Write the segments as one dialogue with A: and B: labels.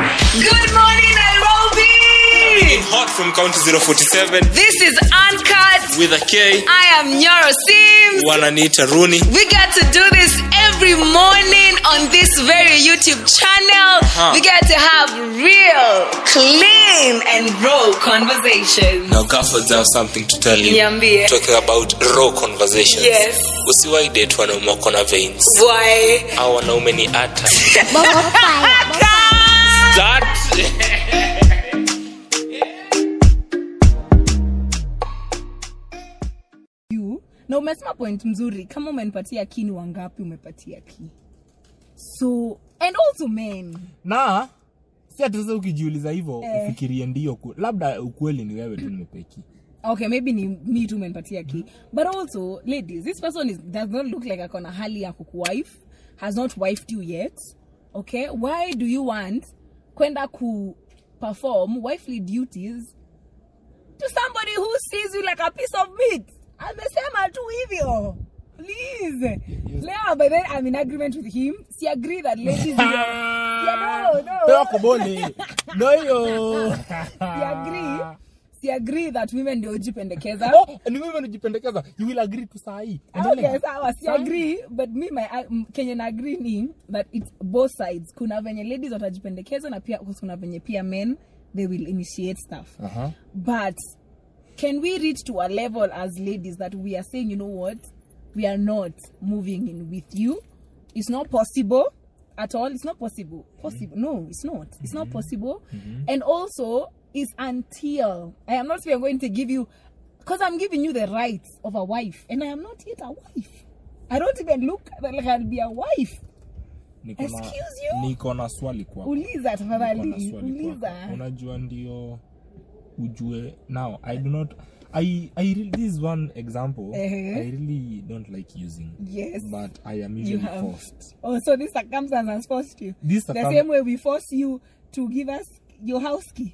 A: Good morning, Nairobi!
B: Hot from county 047
A: This is Uncut.
B: with a K.
A: I am Nyoro Sims.
B: Wananiita Rooney.
A: We get to do this every morning on this very YouTube channel.
B: Uh-huh.
A: We get to have real, clean, and raw conversations.
B: Now girlfriends have something to tell you.
A: Niambie.
B: Talking about raw conversations.
A: Yes.
B: Usiwahi date wanaume wako na veins.
A: Why?
B: Au wanaume ni ata. That
C: you na umesema point mzuri kama umenipatia ki ni wangapi umepatia ki so and also men
D: na si hata sasa ukijiuliza hivyo
C: Eh.
D: ufikirie ndio ku- labda ukweli ni wewe tu nimepeki
C: okay maybe ni mi tu umenipatia ki but also ladies this person is, does not look like akona hali ya kukuwife has not wifed you yet okay why do you want kwenda ku perform wifely duties to somebody who sees you like a piece of meat amesema tu hivyo please leo by then i'm in agreement with him si agree that ladies yeah, no, no.
D: Pewa kobole ndo hiyo
C: si agree si agree that women ndio jipendekeza
D: Oh, ni wewe unajipendekeza you will agree to sahi
C: Okay, sawa si agree but mi my um, kenye na agree ni that it's both sides kuna venye ladies watajipendekeza na pia of course kuna venye pia men they will initiate stuff
D: Aha.
C: but can we reach to a level as ladies that we are saying you know what we are not moving in with you it's not possible at all it's not possible possible no it's not it's
D: Mm-hmm.
C: not possible and also it's until i am not saying i'm going to give you because i'm giving you the rights of a wife and i am not yet a wife i don't even look like i'll be a wife
D: Niko na-
C: Excuse you?
D: niko na swali kwako
C: uliza
D: Niko na
C: tafadhali
D: swali kwako.
C: uliza
D: unajua ndio ujue now i do not i i really, this is one example
C: Ehe.
D: i really don't like using
C: Uh-huh. yes
D: but i am usually
C: have.
D: forced
C: Oh, so this circumstance has forced you.
D: This
C: the
D: circum-
C: same way we force you to give us your house key.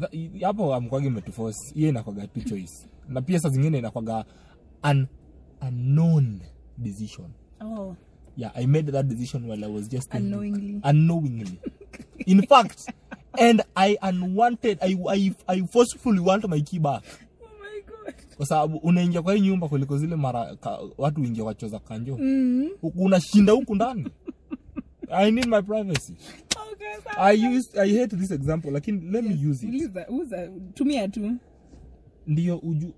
D: Tha- i- hapo amkwagi imetufos hiyo inakwaga two choice na pia saa zingine inakwaga an unknown decision
C: Oh,
D: yeah i made that decision while i was just thinking.
C: Unknowingly.
D: unknowingly in fact and i unwanted i, I, I forcefully want my key back
C: oh my god.
D: kwa sababu unaingia kwa hii nyumba kuliko zile mara ka, watu ingia wachoza kanjo
C: Mm-hmm.
D: mm. unashinda huku ndani i need my privacy
C: Oh, God,
D: i used, i hate this example lakini let me use it
C: Uliza, uliza, tumia tu.
D: ndio uju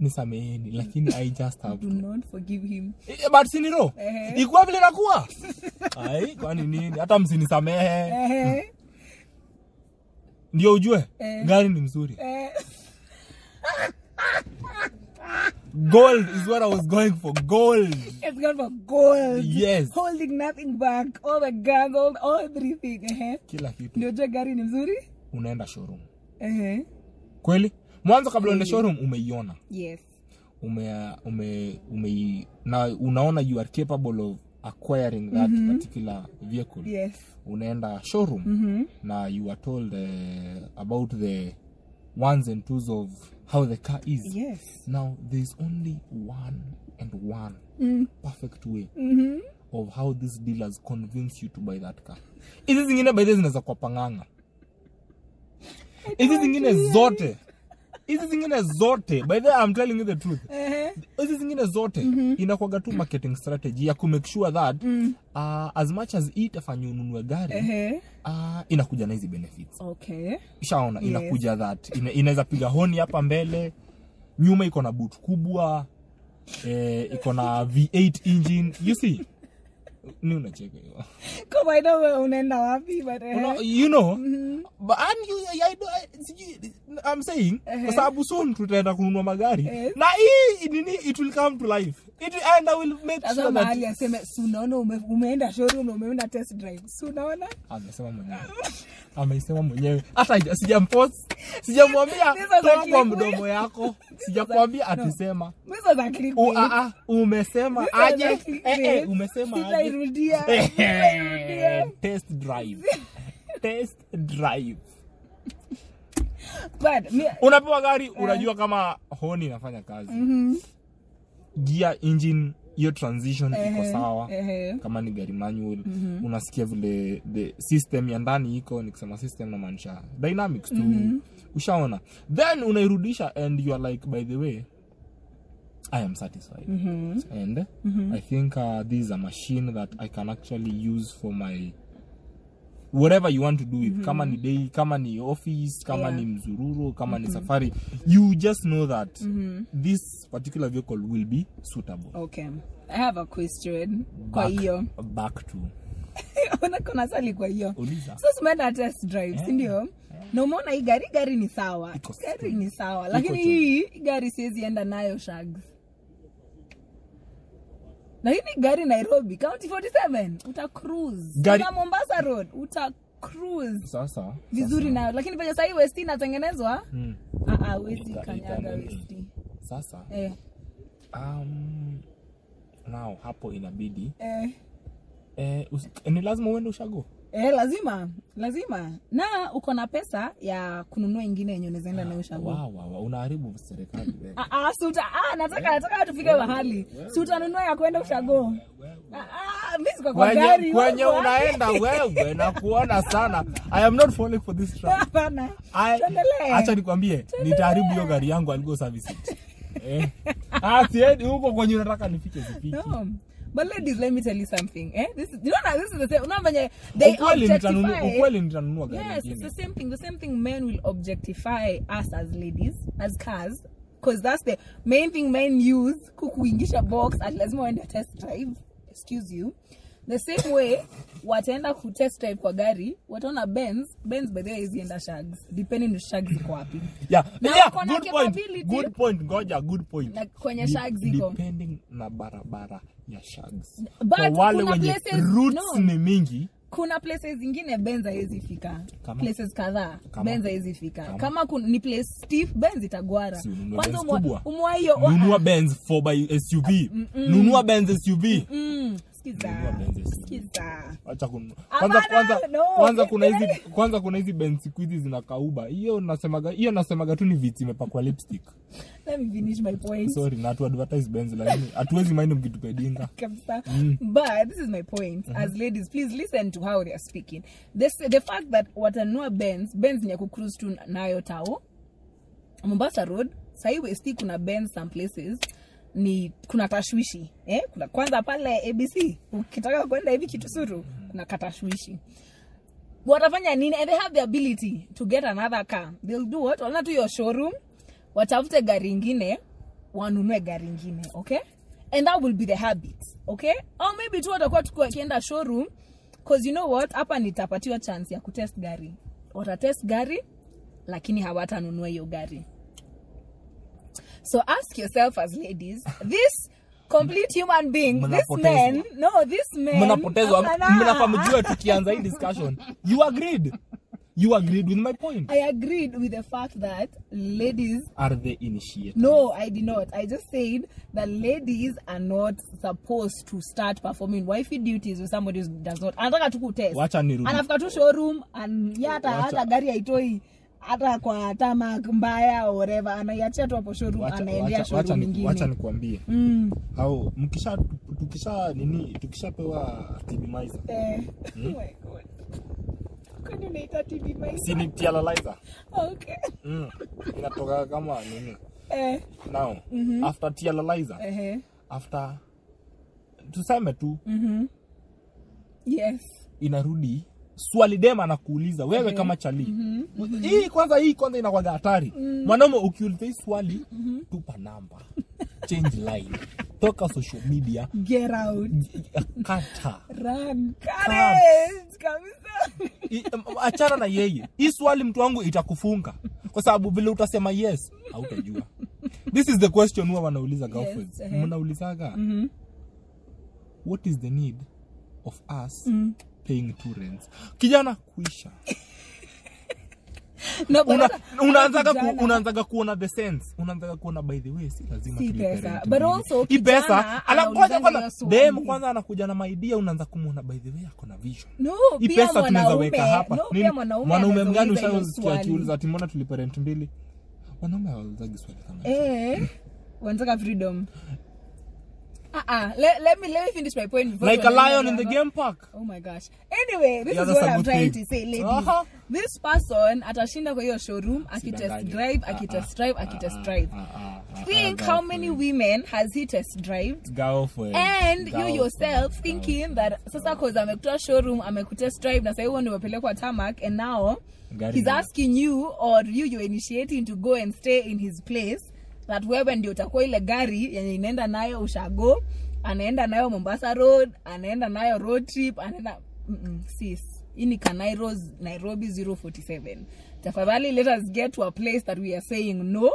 D: nisameheni lakini i just have
C: Do
D: to.
C: not forgive him.
D: Eh, but siniro
C: Ehe.
D: ikuwa vile nakuwa ai kwani nini hata msinisamehe
C: Eh,
D: ndio ujue
C: Eh.
D: gari ni mzuri
C: eh,
D: gold is what i was going for gold
C: it's gone for gold.
D: Yes.
C: Holding nothing back. All the guns, all, all everything. Eh,
D: kila kitu
C: ndio je gari ni mzuri?
D: unaenda showroom
C: Eh,
D: kweli mwanzo kabla uende showroom umeiona
C: yes.
D: ume, ume, ume, na unaona you are capable of acquiring that
C: Mhm.
D: mm-hmm. particular vehicle
C: Yes.
D: unaenda showroom
C: Mhm. Mm-hmm.
D: na you are told uh, about the ones and twos of how the car is
C: Yes.
D: now there's only one and one perfect way of how these dealers convince you to buy that car hizi zingine baidhe zinaweza kwa panganga hizi zingine zote hizi zingine zote by the way, I'm telling you the truth
C: Eh,
D: hizi zingine zote mm-hmm. inakwaga tu marketing strategy ya kumake sure that mm. uh, as much as itafanya ununue gari
C: eh.
D: uh, inakuja na hizi benefits
C: Okay.
D: shaona
C: Yes.
D: inakuja that Ina, inaweza piga honi hapa mbele nyuma iko na boot kubwa eh, iko na v8 engine you see ni unacheka hiyo.
C: Kama I know wewe unaenda wapi but eh.
D: Una- you know
C: Mm-hmm.
D: but and you, I, I, I, sijui, I'm saying
C: Uh-huh.
D: kwa sababu soon tutaenda kununua magari
C: Eh.
D: na hii nini it will come to life it, and I will make
C: sasa
D: sure
C: mahali
D: that
C: aseme si unaona ume, umeenda showroom na umeenda test drive si unaona
D: Ah, amesema mwenyewe amesema mwenyewe hata haja- sijampos sijamwambia
C: This was
D: toa
C: actually
D: kwa
C: weird.
D: mdomo yako sijakwambia atisema
C: mwizo za clickbait.
D: U- a- a, umesema
C: Mwizo za
D: aje eh,
C: clickbait.
D: eh, umesema aje Eh,
C: Sitairudia. Sitairudia.
D: test drive test drive
C: But me- Eh. Mhm.
D: unapewa gari unajua kama honi inafanya kazi gia engine hiyo transition iko
C: Eh,
D: sawa
C: ehe.
D: kama ni gari manual
C: Mhm.
D: unasikia vile the system ya ndani iko nikisema system namaanisha dynamics tu
C: Mhm.
D: ushaona then unairudisha and you are like by the way i am satisfied
C: Mhm.
D: and i think uh, this is a machine that i can actually use for my whatever you want to do it kama ni day kama ni office kama
C: Mhm. Yeah. Mhm.
D: ni mzururo kama ni safari you just know that this particular vehicle will be suitable
C: okay i have a question kwa
D: Back-
C: hiyo Eh,
D: back to
C: Una- kuna swali kwa hiyo
D: Uliza.
C: so tumeenda test drive
D: Eh,
C: sindio na umeona hii gari gari ni sawa
D: Iko
C: gari
D: sawa.
C: ni sawa lakini
D: sawa.
C: hii gari siwezi enda nayo shags na hii ni gari nairobi county 47 uta cruise
D: Gari-
C: Kama mombasa road uta cruise
D: sasa
C: vizuri nayo lakini penye sahii westi inatengenezwa
D: Mm.
C: Ah, ah, wezi
D: Ita-
C: kanyaga
D: ita-
C: westi
D: sasa
C: eh,
D: um, nao hapo inabidi
C: eh.
D: eh, us, ni lazima uende ushago
C: Eh, lazima lazima na uko na pesa ya kununua ingine yenye unawezaenda nayo shago
D: Wa, wa, wa, unaharibu serikali eh. wewe.
C: Ah, ah, si uta- ah, nataka nataka tufike mahali si utanunua ya kwenda ushago Ah, ah, mi siko kwa
D: kwenye,
C: gari
D: kwenye
C: wewe.
D: unaenda wewe na kuona sana i am not falling for this trap
C: Hapana.
D: I-
C: Tuendelee.
D: acha nikwambie nitaharibu hiyo gari yangu aligo service it. eh. Ah, siendi huko kwenye unataka nifike zifiki
C: No. But ladies, let me tell you something. Eh? This is, you know, this is the same. Unaona venye they
D: ukweli nitanunua
C: objectify-
D: ukweli nitanunua gari
C: Yes, it's
D: nyingine.
C: the same thing. The same thing men will objectify us as ladies, as cars. Because that's the main thing men use. Kukuingisha box at lazima uende test drive. Excuse you. The same way, wataenda ku test drive kwa gari, wataona Benz, Benz by the way izienda shags, depending on shags iko wapi.
D: Yeah,
C: Na
D: yeah,
C: wako na
D: good point.
C: capability.
D: Good point. Ngoja, good point.
C: Na kwenye
D: Dep-
C: shags iko.
D: Depending na barabara ya shags.
C: But
D: Kwa wale
C: kuna
D: wenye
C: places-
D: roots
C: no.
D: ni mingi
C: kuna places zingine benz haiwezi fika
D: Kama?
C: places kadhaa
D: Kama?
C: benz haiwezi fika
D: Kama?
C: kama, kun, ni place stiff benz itagwara
D: si ununue
C: kwanza
D: Benz kubwa. Nunua
C: umwaiyo
D: Benz 4x
C: Ah,
D: SUV.
C: mm,
D: Nunua Benz SUV. Nunua
C: skiza
D: Benz SUV.
C: skiza
D: Acha kununua. Kwanza
C: mm. Hapana,
D: kwanza
C: no. Yaani-
D: kwanza kuna hizi kwanza kuna hizi Benz siku hizi zinakauba. Hiyo nasemaga hiyo nasemaga tu ni viti imepakwa lipstick.
C: let me finish my point
D: Sorry, na tu advertise Benz lakini hatuwezi mind mkitupe dinga.
C: kabisa but this is my point as ladies please listen to how they are speaking this, the fact that watanua bens bens ni ya kucruise tu nayo tao mombasa road sahii westi kuna bens some places ni kuna tashwishi eh? kuna kwanza pale abc ukitaka kwenda hivi kitusuru kuna katashwishi watafanya nini and they have the ability to get another car they'll do what wanaenda tu your showroom watafute gari ingine wanunue gari ingine okay and that will be the habit okay au maybe tu watakuwa tuko wakienda showroom cause you know what hapa nitapatiwa chance ya kutest gari watatest gari lakini hawatanunua hiyo gari so ask yourself as ladies this complete human being this
D: Mnapotezwa.
C: man no this man
D: mnapotezwa
C: Hapana.
D: mnafamjua tukianza hii discussion you agreed you agreed with my point
C: I agreed with the fact that ladies.
D: are the initiator
C: No, I did not. I just said that ladies are not supposed to start performing wifey duties with somebody who does not. Anataka tu kutest.
D: wacha nirudi
C: Anafika tu showroom and ya hata
D: Wacha-
C: hata gari haitoi hata kwa tamak mbaya or whatever anaiachia tu hapo showroom
D: wacha,
C: anaendea
D: wacha, wacha,
C: showroom
D: ni, wacha
C: nyingine.
D: nikuambie
C: Mm.
D: au mkisha tukisha nini tukishapewa tibimizer
C: Eh.
D: Hmm?
C: Oh my god. Kwani unaita TV
D: si
C: maisha?
D: ni tialalizer
C: Okay.
D: mm. inatoka kama nini
C: Eh,
D: now mm-hmm. after tialalizer
C: ehe.
D: after tuseme tu
C: Mm. Yes.
D: inarudi swali dema anakuuliza wewe
C: Eh.
D: kama chali
C: Mhm.
D: hii kwanza hii kwanza inakwaga hatari
C: Mm.
D: mwanaume ukiuliza hii swali
C: Mhm.
D: tupa namba change line toka social media
C: Get out.
D: kata
C: Run. Courage. Kabisa.
D: I- achana na yeye hii swali mtu wangu itakufunga kwa sababu vile utasema yes hautajua this is the question huwa wanauliza girlfriends
C: ehe.
D: mnaulizaga
C: Mm-hmm.
D: what is the need of us
C: Mm-hmm.
D: paying two rents kijana kuisha
C: No, but
D: Una-
C: hata-
D: unaanzaga
C: hata
D: ku,
C: kijana-
D: unaanzaga kuona the sense unaanzaga kuona by the way si lazima
C: Si
D: tulipe
C: pesa.
D: rent
C: But
D: mbili.
C: also,
D: Hii
C: kijana
D: pesa ala-
C: anaulizanga
D: kwanza kwanza
C: hiyo swali.
D: dem kwanza anakuja na maidia unaanza kumuona by the way ako na vision
C: No,
D: hii
C: pia
D: pesa tunaweza
C: mwanaume-
D: weka hapa
C: no,
D: Nini?
C: pia mwanaume
D: mwanaume
C: anaweza
D: mgani
C: uliza hilo
D: ushauskia
C: swali.
D: akiuliza ati mbona tulipe rent mbili wanaume hawaulizagi swali kama hilo.
C: Eh, wanataka freedom Uh-uh. Let, let me let me finish my point. before
D: like
C: you
D: a
C: wanna
D: lion in
C: go
D: the
C: on.
D: game park
C: Oh my gosh. Anyway, this
D: Yeah,
C: is
D: that's
C: what
D: a
C: I'm
D: good
C: trying
D: thing. Uh-huh.
C: to say, ladies.
D: Aha.
C: This person atashinda kwa hiyo showroom, akitest
D: Usidanganye.
C: drive,
D: Ah,
C: akitest
D: ah,
C: drive,
D: ah,
C: akitest
D: ah,
C: drive.
D: ah, ah, ah,
C: Think
D: ah,
C: how many
D: girlfriend.
C: women has he test drived?
D: Girlfriend.
C: And you
D: Girlfriend.
C: yourself thinking that sasa cause amekutoa showroom, amekutest drive na sasa hiyo ndio umepelekwa tarmac and now
D: Gari
C: he's
D: na-
C: asking you or you you're initiating to go and stay in his place that wewe ndio utakuwa ile gari yenye inaenda nayo ushago anaenda nayo mombasa road anaenda nayo road trip anaenda Mm-mm, sis hii ni kanairos nairobi 047 tafadhali let us get to a place that we are saying no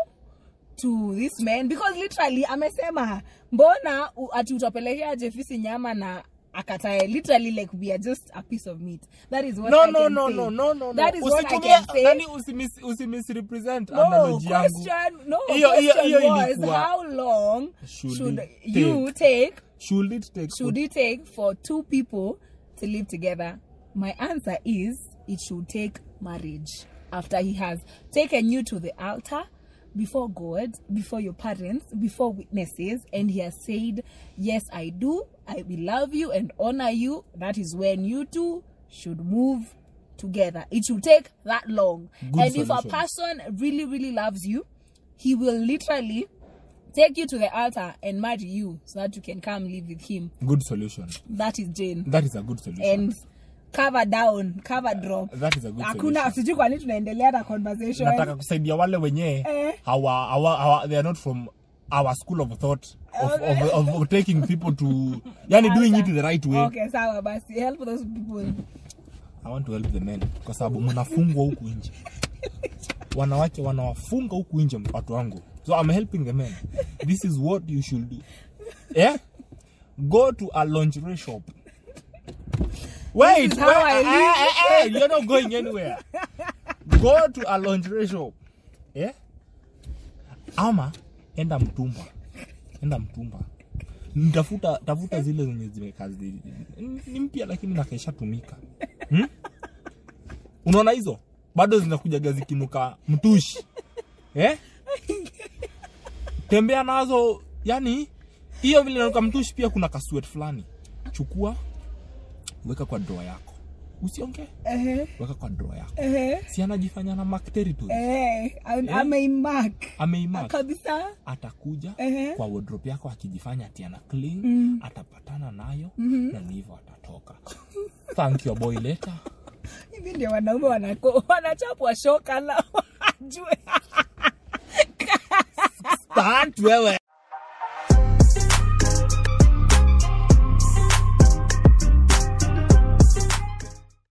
C: to this man because literally amesema mbona u- ati utapelekea jefisi nyama na akatae literally like we are just a piece of meat that is what
D: no
C: I
D: no
C: can
D: no
C: say.
D: no no no
C: that is what I
D: Usitumie-
C: can say
D: yani usimis- usimisrepresent
C: no,
D: analogy yangu
C: question, no,
D: Hiyo- hiyo-
C: question
D: hiyo
C: was
D: ilikuwa-
C: how long
D: Should
C: should,
D: it
C: you take,
D: should it take
C: should it take for two people to live together? My answer is it should take marriage after he has taken you to the altar before God, before your parents, before witnesses, and he has said, Yes, I do, I will love you and honor you. That is when you two should move together. It should take that long.
D: Good
C: and if a
D: solution.
C: person really, really loves you, he will literally take you to the altar and marry you so that you can come live with him.
D: good solution
C: That is Jane.
D: that is a good solution
C: And cover down, cover drop.
D: that is a good
C: Hakuna
D: solution.
C: sijui kwa nini tunaendelea na conversation.
D: nataka kusaidia wale wenye
C: Eh.
D: hawa, hawa, hawa, they are not from our school of thought of, of, of, of taking people to yani doing it the right way
C: Okay, sawa basi. Help those people.
D: i want to help the men kwa sababu mnafungwa huku nje wanawake wanawafunga huku nje mpato wangu so i'm helping the men this is what you should do yeah? go to a lingerie shop wait
C: This is how
D: wait,
C: I
D: eh,
C: live.
D: eh, eh, you're not going anywhere go to a lingerie shop yeah? ama enda mtumba enda mtumba Nitafuta tafuta zile zenye zimekaa zi- ni mpya lakini nakeshatumika hmm? unaona hizo bado zinakujaga zikinuka mtushi eh? tembea nazo yani hiyo vile inanuka mtushi pia kuna kaswet fulani chukua weka kwa droa yako usiongee
C: Eh,
D: weka kwa droa yako
C: eh.
D: si anajifanya na mark territory
C: Eh, am- ameimark.
D: ameimark
C: Kabisa.
D: atakuja
C: Ehe.
D: kwa wardrobe yako akijifanya ati ana clean mm. atapatana nayo mm-hmm. na ni hivyo atatoka thank your boy later
C: Hivi ndio wanaume wanako- wanachapwa shoka na wajue.
D: Stunt wewe